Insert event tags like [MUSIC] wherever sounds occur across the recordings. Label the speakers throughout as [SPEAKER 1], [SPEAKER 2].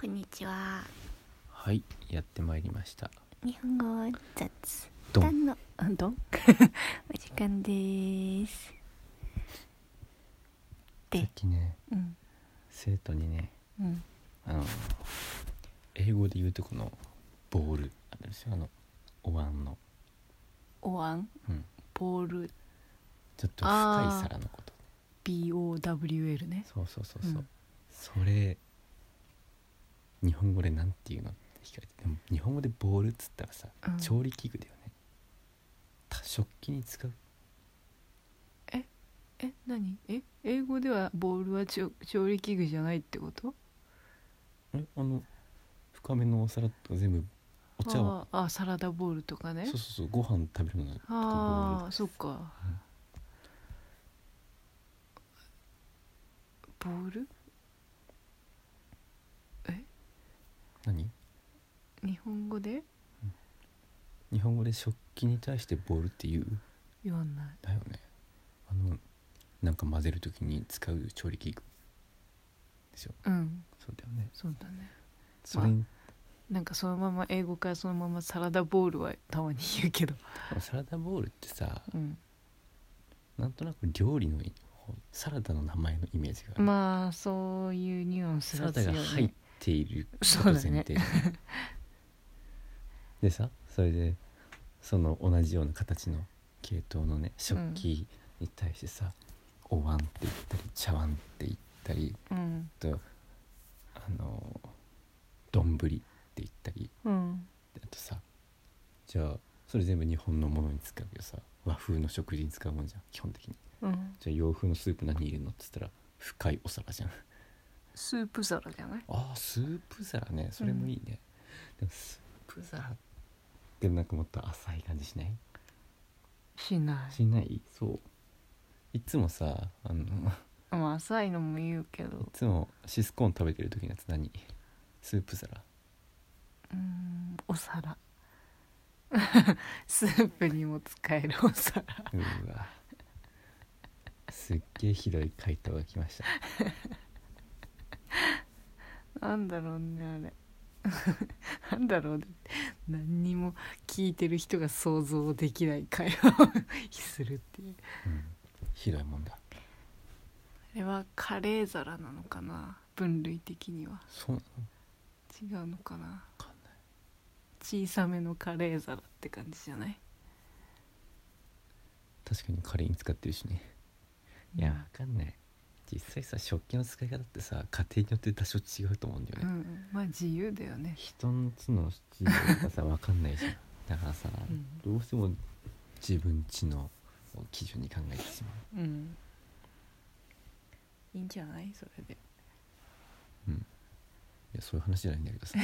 [SPEAKER 1] こんにちは。
[SPEAKER 2] はいやってまいりました
[SPEAKER 1] 日本語雑
[SPEAKER 2] ドン
[SPEAKER 1] 談のあどんお時間です。
[SPEAKER 2] さ
[SPEAKER 1] で
[SPEAKER 2] っきね
[SPEAKER 1] うん
[SPEAKER 2] 生徒にね
[SPEAKER 1] うん
[SPEAKER 2] あの英語で言うとこのボールあるんですよあのお椀の、
[SPEAKER 1] お椀
[SPEAKER 2] うん、
[SPEAKER 1] ボール
[SPEAKER 2] ちょっと深い皿のこと、
[SPEAKER 1] B O W L ね。
[SPEAKER 2] そうそうそうそう、
[SPEAKER 1] うん
[SPEAKER 2] それ日本語でなんていうのって聞かれてでも日本語でボールっつったらさ、
[SPEAKER 1] うん
[SPEAKER 2] 調理器具だよねた食器に使う
[SPEAKER 3] え何え英語ではボールはちょ調理器具じゃないってこと
[SPEAKER 2] えあの深めのお皿とか全部お茶碗
[SPEAKER 3] あーあサラダボールとかね
[SPEAKER 2] そうそうそうご飯食べるのとかボー
[SPEAKER 3] あ
[SPEAKER 2] ル
[SPEAKER 3] あそっかボール
[SPEAKER 2] 何
[SPEAKER 3] 日本語で
[SPEAKER 2] 日本語で食器に対してボールって言う
[SPEAKER 3] 言わない
[SPEAKER 2] だよねあのなんか混ぜる時に使う調理器具でしょ
[SPEAKER 3] うん
[SPEAKER 2] そうだよね
[SPEAKER 3] そうだね
[SPEAKER 2] それに、
[SPEAKER 3] なんかそのまま英語からそのままサラダボールはたまに言うけど
[SPEAKER 2] サラダボールってさ
[SPEAKER 3] うん
[SPEAKER 2] なんとなく料理のサラダの名前のイメージがある、
[SPEAKER 3] まあそういうニュアンス
[SPEAKER 2] サ
[SPEAKER 3] が
[SPEAKER 2] ラダ
[SPEAKER 3] 強いね
[SPEAKER 2] が入っていること
[SPEAKER 3] そうだね
[SPEAKER 2] 前提、でさそれでその同じような形の系統のね食器に対してさ、お椀って言ったり茶碗って言ったり
[SPEAKER 3] うん
[SPEAKER 2] あとあの丼って言ったり
[SPEAKER 3] うん
[SPEAKER 2] あとさじゃあそれ全部日本のものに使うけどさ和風の食事に使うもんじゃん基本的に
[SPEAKER 3] うん
[SPEAKER 2] じゃあ洋風のスープ何入れるのっつったら深いお皿じゃん
[SPEAKER 3] スープ皿じゃない
[SPEAKER 2] あースープ皿ねそれもいいね、でもスープ皿ってなんかもっと浅い感じしない
[SPEAKER 3] しない
[SPEAKER 2] しないそういつもさあ [LAUGHS] のい
[SPEAKER 3] まあ浅いのも言うけど
[SPEAKER 2] つもシスコーン食べてる時のやつ何スープ皿
[SPEAKER 3] うーんお皿 [LAUGHS] スープにも使えるお皿
[SPEAKER 2] うわすっげえひどい回答が来ました
[SPEAKER 3] なんだろうねあれ [LAUGHS] なんだろうね何にも聞いてる人が想像できない会話を [LAUGHS] するっていう
[SPEAKER 2] うんひどいもんだ
[SPEAKER 3] あれはカレー皿なのかな分類的には
[SPEAKER 2] そうなの
[SPEAKER 3] 違うのかな
[SPEAKER 2] わかんない
[SPEAKER 3] 小さめのカレー皿って感じじゃない
[SPEAKER 2] 確かにカレーに使ってるしねいやわかんない実際さ食器の使い方ってさ家庭によって多少違うと思うんだよ
[SPEAKER 3] う
[SPEAKER 2] ね、
[SPEAKER 3] んまあ自由だよね
[SPEAKER 2] 人の家の地がさわかんない
[SPEAKER 3] [LAUGHS]
[SPEAKER 2] じゃんだからさ、
[SPEAKER 3] うん
[SPEAKER 2] どうしても自分家のを基準に考えてしま
[SPEAKER 3] うんいいんじゃないそれで
[SPEAKER 2] う、うん、いやそういう話じゃないんだけど
[SPEAKER 3] [LAUGHS]
[SPEAKER 2] さ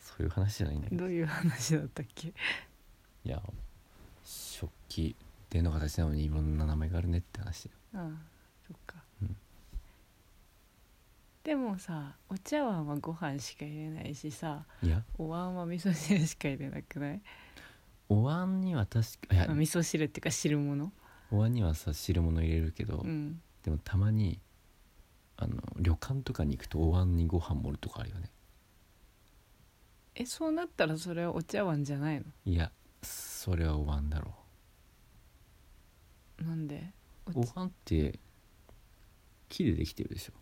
[SPEAKER 2] そういう話じゃないんだけど
[SPEAKER 3] [LAUGHS] どういう話だったっけ [LAUGHS]
[SPEAKER 2] いや食器での形なのにいろんな名前があるねって話だよ
[SPEAKER 3] ああそっか、
[SPEAKER 2] うん
[SPEAKER 3] でもさお茶碗はご飯しか入れないしさ
[SPEAKER 2] いや
[SPEAKER 3] お椀は味噌汁しか入れなくない
[SPEAKER 2] お椀には確かいや
[SPEAKER 3] あ味噌汁っていうか汁物
[SPEAKER 2] お椀にはさ汁物入れるけど、
[SPEAKER 3] うん
[SPEAKER 2] でもたまにあの旅館とかに行くとお椀にご飯盛るとかあるよね
[SPEAKER 3] えそうなったらそれはお茶碗じゃないの
[SPEAKER 2] いやそれはお椀だろ
[SPEAKER 3] なんで
[SPEAKER 2] う
[SPEAKER 3] お
[SPEAKER 2] お
[SPEAKER 3] 茶
[SPEAKER 2] 椀って木でできてるでしょ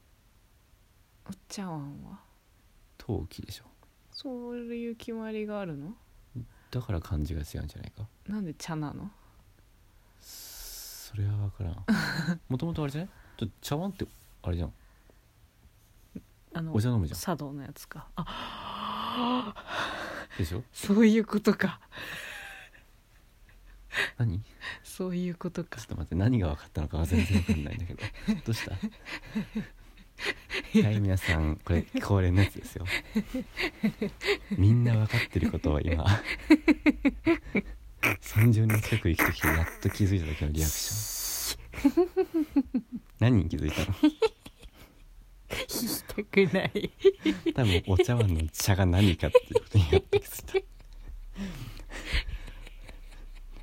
[SPEAKER 3] お茶碗は
[SPEAKER 2] 陶器でしょ
[SPEAKER 3] そういう決まりがあるの
[SPEAKER 2] だから漢字が違うんじゃないか
[SPEAKER 3] なんで茶なの
[SPEAKER 2] それは分からんもともとあれじゃないちょ茶碗ってあれじゃん
[SPEAKER 3] あの
[SPEAKER 2] お茶飲むじゃん
[SPEAKER 3] 茶道のやつかあ
[SPEAKER 2] でしょ
[SPEAKER 3] そういうことか
[SPEAKER 2] 何ち
[SPEAKER 3] そういうこと
[SPEAKER 2] ょ [LAUGHS]
[SPEAKER 3] か
[SPEAKER 2] っと待って何が分かったのかは全然分かんないんだけどどうしたはい皆さんこれ恒例のやつですよみんな分かってることを今30年近く生きてきてやっと気づいた時のリアクション何に気づいたの
[SPEAKER 3] 聞きたくない [LAUGHS]
[SPEAKER 2] 多分お茶碗の茶が何かっていうことになってきた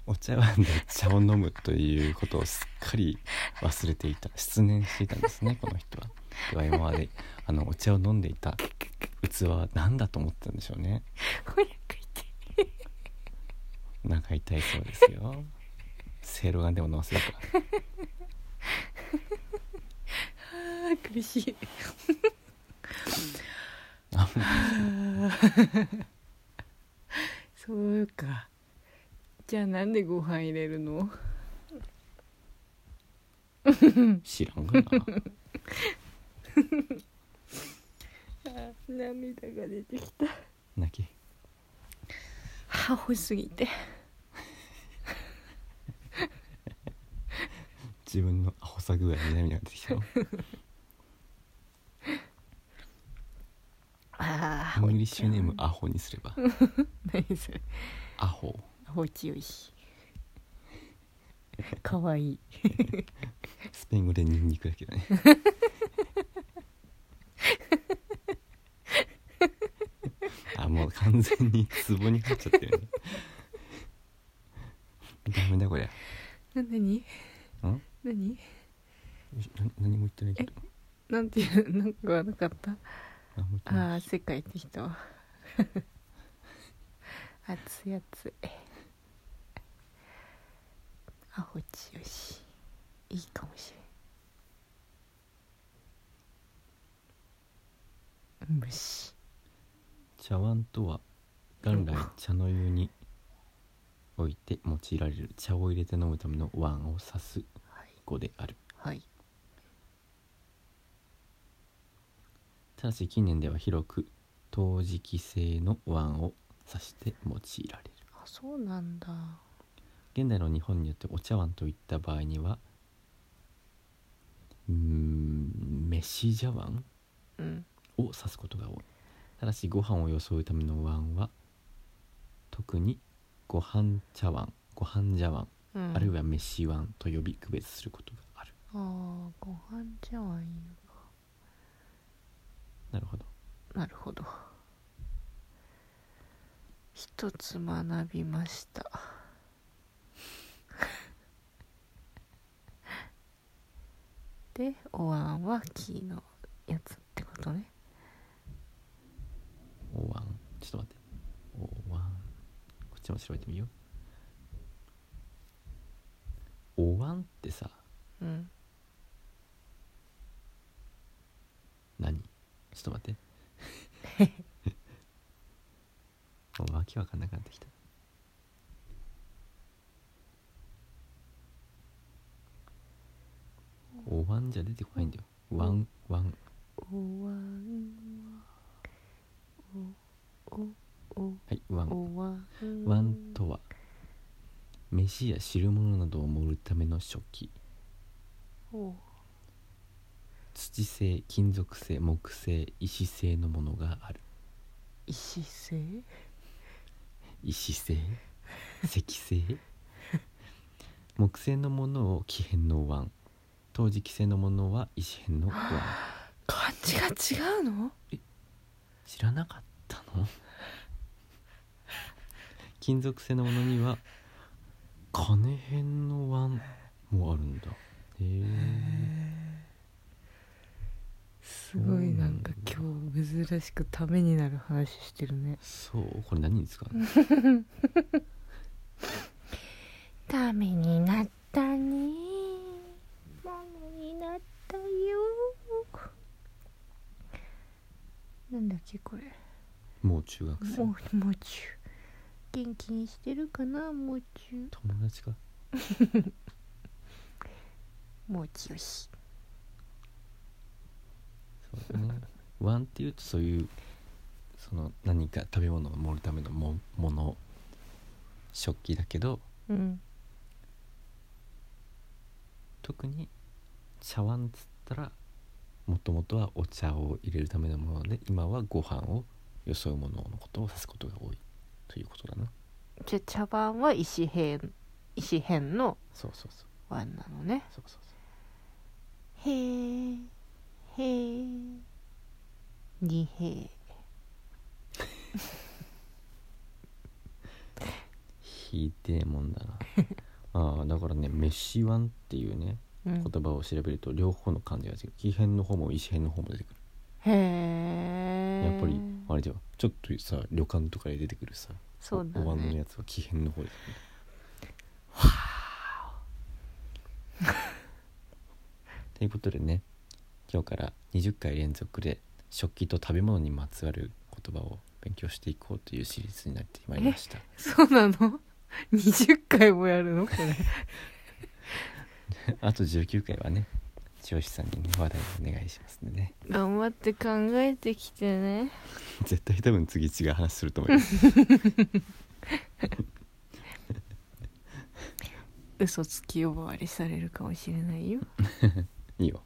[SPEAKER 2] お茶碗で茶を飲むということをすっかり忘れていた失念していたんですねこの人はでは今まであのお茶を飲んでいた器は何だと思ってたんでしょうね
[SPEAKER 3] 早く言って
[SPEAKER 2] お腹痛いそうですよせいろがんでも飲ませようか
[SPEAKER 3] あー苦しい
[SPEAKER 2] あ
[SPEAKER 3] そうかじゃあなんでご飯入れるの
[SPEAKER 2] 知らんがな
[SPEAKER 3] [LAUGHS] 涙が出てきた
[SPEAKER 2] 泣き
[SPEAKER 3] 歯欲しすぎて
[SPEAKER 2] 自分のアホさ具合に涙が出てきたの
[SPEAKER 3] あ
[SPEAKER 2] イングリッシュネームアホにすれば
[SPEAKER 3] 何それ
[SPEAKER 2] アホ
[SPEAKER 3] 放置よしかわいい
[SPEAKER 2] スペイン語でニンニクだけど
[SPEAKER 3] [LAUGHS]
[SPEAKER 2] ねあもう完全にツボに入っちゃってるねダメだこりゃ
[SPEAKER 3] な何
[SPEAKER 2] ん
[SPEAKER 3] 何
[SPEAKER 2] な何も言ってないけど
[SPEAKER 3] なんていうなんかなかった
[SPEAKER 2] あもう言ってない
[SPEAKER 3] あー世界って人 [LAUGHS] 熱い熱いあほちよしいいかもしれん虫
[SPEAKER 2] 茶碗とは元来茶の湯に置いて用いられる茶を入れて飲むための碗を指す
[SPEAKER 3] はい
[SPEAKER 2] 語である
[SPEAKER 3] はい
[SPEAKER 2] ただし近年では広く陶磁器製の碗を指して用いられる
[SPEAKER 3] あそうなんだ
[SPEAKER 2] 現代の日本によってお茶碗といった場合にはうーん飯茶碗
[SPEAKER 3] うん
[SPEAKER 2] を指すことが多いただしご飯を装うための碗は特にご飯茶碗ご飯茶碗、
[SPEAKER 3] うん
[SPEAKER 2] あるいは飯碗と呼び区別することがある
[SPEAKER 3] あーご飯茶碗いい
[SPEAKER 2] なるほど
[SPEAKER 3] のなるほど一つ学びました [LAUGHS] でお椀は木のやつってことね
[SPEAKER 2] お椀ちょっと待ってお椀こっちも調べてみようお椀ってさ
[SPEAKER 3] うん
[SPEAKER 2] 何ちょっと
[SPEAKER 3] [LAUGHS]
[SPEAKER 2] 待ってもうわけわかんなくなってきたお椀じゃ出てこないんだよワンワン
[SPEAKER 3] お椀はおお
[SPEAKER 2] はいワ
[SPEAKER 3] お
[SPEAKER 2] ン
[SPEAKER 3] お椀
[SPEAKER 2] ワンとは飯や汁物などを盛るための食器
[SPEAKER 3] お
[SPEAKER 2] 土製金属製木製石製のものがある
[SPEAKER 3] 石製
[SPEAKER 2] 石製石製木製のものを木片の碗陶磁器製のものは石片の碗
[SPEAKER 3] 漢字が違うの
[SPEAKER 2] 知らなかったの金属製のものには金片の碗もあるんだへえ
[SPEAKER 3] すごいなんか今日珍しくためになる話してるね
[SPEAKER 2] そうこれ何に使うの
[SPEAKER 1] ダメになったねママになったよ
[SPEAKER 3] なんだっけこれ
[SPEAKER 2] もう中学生
[SPEAKER 3] もうもう中元気にしてるかなもう中
[SPEAKER 2] 友達か
[SPEAKER 3] もう中よし
[SPEAKER 2] そうだね碗っていうとそういうその何か食べ物を盛るためのももの食器だけど
[SPEAKER 3] うん
[SPEAKER 2] 特に茶碗っつったらもともとはお茶を入れるためのもので今はご飯をよそうもののことを指すことが多いということだな
[SPEAKER 3] じゃあ茶碗は石片石片の
[SPEAKER 2] そうそうそう
[SPEAKER 3] 碗なのね
[SPEAKER 2] そうそうそ
[SPEAKER 3] へえへえ二平
[SPEAKER 2] [LAUGHS] うひでえもんだなああだからね飯碗っていうね
[SPEAKER 3] うん
[SPEAKER 2] 言葉を調べると両方の漢字が違う木偏の方も石偏の方も出てく
[SPEAKER 3] へ
[SPEAKER 2] る
[SPEAKER 3] え
[SPEAKER 2] やっぱりあれではちょっとさ旅館とかで出てくるさ
[SPEAKER 3] そうだ
[SPEAKER 2] お椀の
[SPEAKER 3] ね
[SPEAKER 2] やつは木偏の方ですねということでね今日から20回連続で食器と食べ物にまつわる言葉を勉強していこうというシリーズになってまいりました
[SPEAKER 3] そうなの20回もやるのこれ
[SPEAKER 2] あと19回はね千代さんにね話題をお願いしますんでね
[SPEAKER 3] 頑張って考えてきてね
[SPEAKER 2] 絶対多分次違う話すると思います
[SPEAKER 3] [LAUGHS] 嘘つき呼ばわりされるかもしれないよ
[SPEAKER 2] いいよ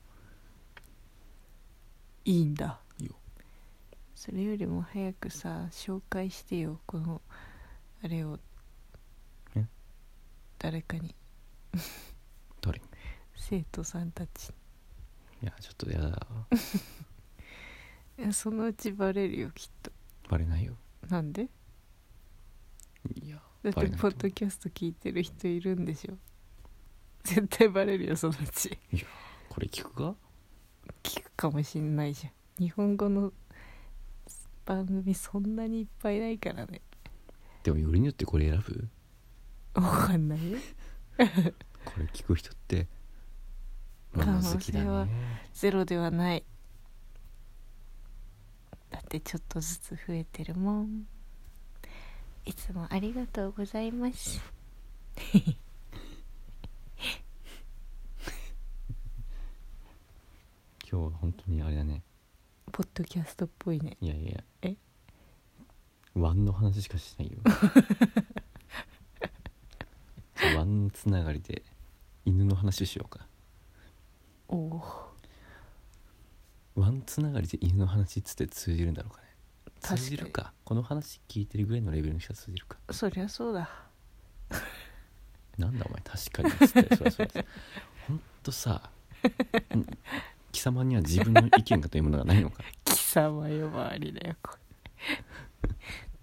[SPEAKER 3] いいんだ
[SPEAKER 2] いいよ
[SPEAKER 3] それよりも早くさ紹介してよこのあれを
[SPEAKER 2] え
[SPEAKER 3] 誰かに
[SPEAKER 2] どれ
[SPEAKER 3] 生徒さんたち
[SPEAKER 2] いやちょっとやだ
[SPEAKER 3] にいやそのうちバレるよきっと
[SPEAKER 2] バレないよ
[SPEAKER 3] なんで
[SPEAKER 2] いや
[SPEAKER 3] だって
[SPEAKER 2] バレない
[SPEAKER 3] ポ
[SPEAKER 2] と
[SPEAKER 3] ッドキャスト聞いてる人いるんでしょ絶対バレるよそのうち
[SPEAKER 2] これ聞くか
[SPEAKER 3] 聞くかもしんないじゃん日本語の番組そんなにいっぱいないからね
[SPEAKER 2] でもよりによってこれ選ぶ
[SPEAKER 3] わかんないよ
[SPEAKER 2] これ聞く人って物好きだ
[SPEAKER 3] 可能
[SPEAKER 2] ね
[SPEAKER 3] ゼロではないだってちょっとずつ増えてるもんいつもありがとうございます
[SPEAKER 2] 今日は本当にあれだね
[SPEAKER 3] ポッドキャストっぽいね
[SPEAKER 2] いやいやいや
[SPEAKER 3] え
[SPEAKER 2] ワンの話しかし
[SPEAKER 3] [LAUGHS]
[SPEAKER 2] ないよじゃあワンつながりで犬の話しようか
[SPEAKER 3] おお
[SPEAKER 2] ワンつながりで犬の話っつって通じるんだろうかね
[SPEAKER 3] 確か
[SPEAKER 2] 通
[SPEAKER 3] に
[SPEAKER 2] じるかこの話聞いてるぐらいのレベルの人は通じるか
[SPEAKER 3] そりゃそうだ
[SPEAKER 2] なんだお前確かにっつってそりゃそう
[SPEAKER 3] [LAUGHS]
[SPEAKER 2] ですほんとさうん貴様には自分の意見がというものがないのか
[SPEAKER 3] 貴様呼ばわりだよこれ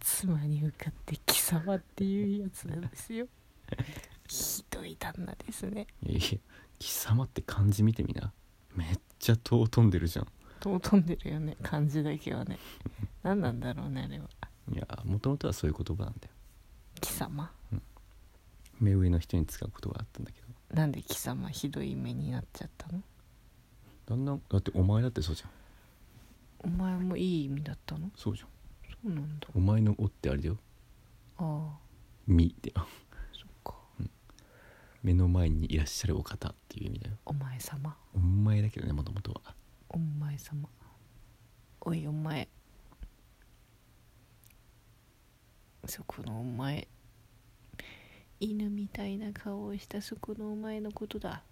[SPEAKER 3] 妻に向かって貴様っていうやつなんですよひどい旦那ですね
[SPEAKER 2] いやいや貴様って漢字見てみなめっちゃ尊んでるじゃん
[SPEAKER 3] 尊んでるよね漢字だけはね何なんだろうねあれはい
[SPEAKER 2] やもともとはそういう言葉なんだよ
[SPEAKER 3] 貴様
[SPEAKER 2] 目上の人に使う言葉だったんだけど
[SPEAKER 3] なんで貴様ひどい目になっちゃったの
[SPEAKER 2] だんだんだってお前だってそうじゃん
[SPEAKER 3] お前もいい意味だったの
[SPEAKER 2] そうじゃん
[SPEAKER 3] そうなんだ
[SPEAKER 2] お前の「お」ってあれだよ
[SPEAKER 3] ああ
[SPEAKER 2] 「み」だよ
[SPEAKER 3] そっか
[SPEAKER 2] 目の前にいらっしゃるお方っていう意味だよ
[SPEAKER 3] お前様
[SPEAKER 2] お前だけどねもともとは
[SPEAKER 3] お前様おいお前そこのお前犬みたいな顔をしたそこのお前のことだ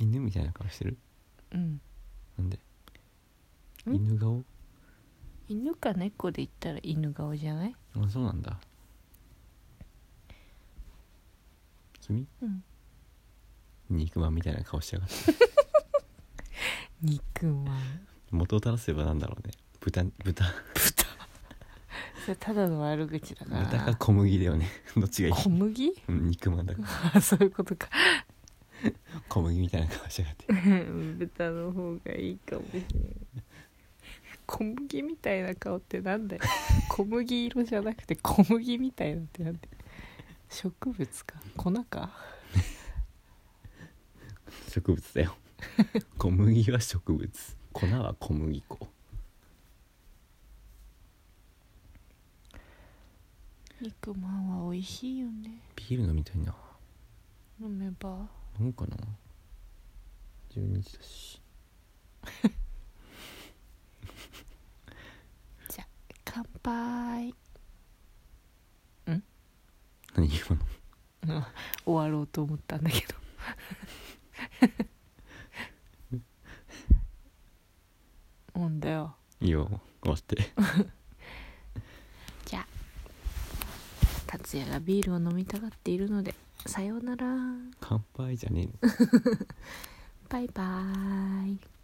[SPEAKER 2] 犬みたいな顔してる
[SPEAKER 3] うん
[SPEAKER 2] なんで
[SPEAKER 3] ん
[SPEAKER 2] 犬顔
[SPEAKER 3] 犬か猫で言ったら犬顔じゃない
[SPEAKER 2] あそうなんだ君
[SPEAKER 3] うん
[SPEAKER 2] 肉まんみたいな顔しやがって
[SPEAKER 3] 肉まん
[SPEAKER 2] 元を正せばなんだろうね豚豚
[SPEAKER 3] それただの悪口だから
[SPEAKER 2] 豚か小麦だよね [LAUGHS] どっちがい
[SPEAKER 3] [LAUGHS]
[SPEAKER 2] い
[SPEAKER 3] 小麦
[SPEAKER 2] うん肉まんだか
[SPEAKER 3] あそういうことから
[SPEAKER 2] 小麦みたいな顔しやがって [LAUGHS]
[SPEAKER 3] 豚の方がいいかもしれない小麦みたいな顔ってなんだよ小麦色じゃなくて小麦みたいなってなんだよ植物か粉か
[SPEAKER 2] 植物だよ [LAUGHS] 小麦は植物粉は小麦粉
[SPEAKER 3] 肉まんは美味しいよね
[SPEAKER 2] ビール飲みたいな
[SPEAKER 3] 飲めば
[SPEAKER 2] 飲むかな12時だし
[SPEAKER 3] 乾杯
[SPEAKER 2] 何今の
[SPEAKER 3] [LAUGHS] 終わろうと思ったんだ [LAUGHS] けど [LAUGHS] 飲んだよ
[SPEAKER 2] いいよ終わって
[SPEAKER 3] 達也がビールを飲みたがっているのでさようなら
[SPEAKER 2] 乾杯じゃねえの
[SPEAKER 3] バイバーイ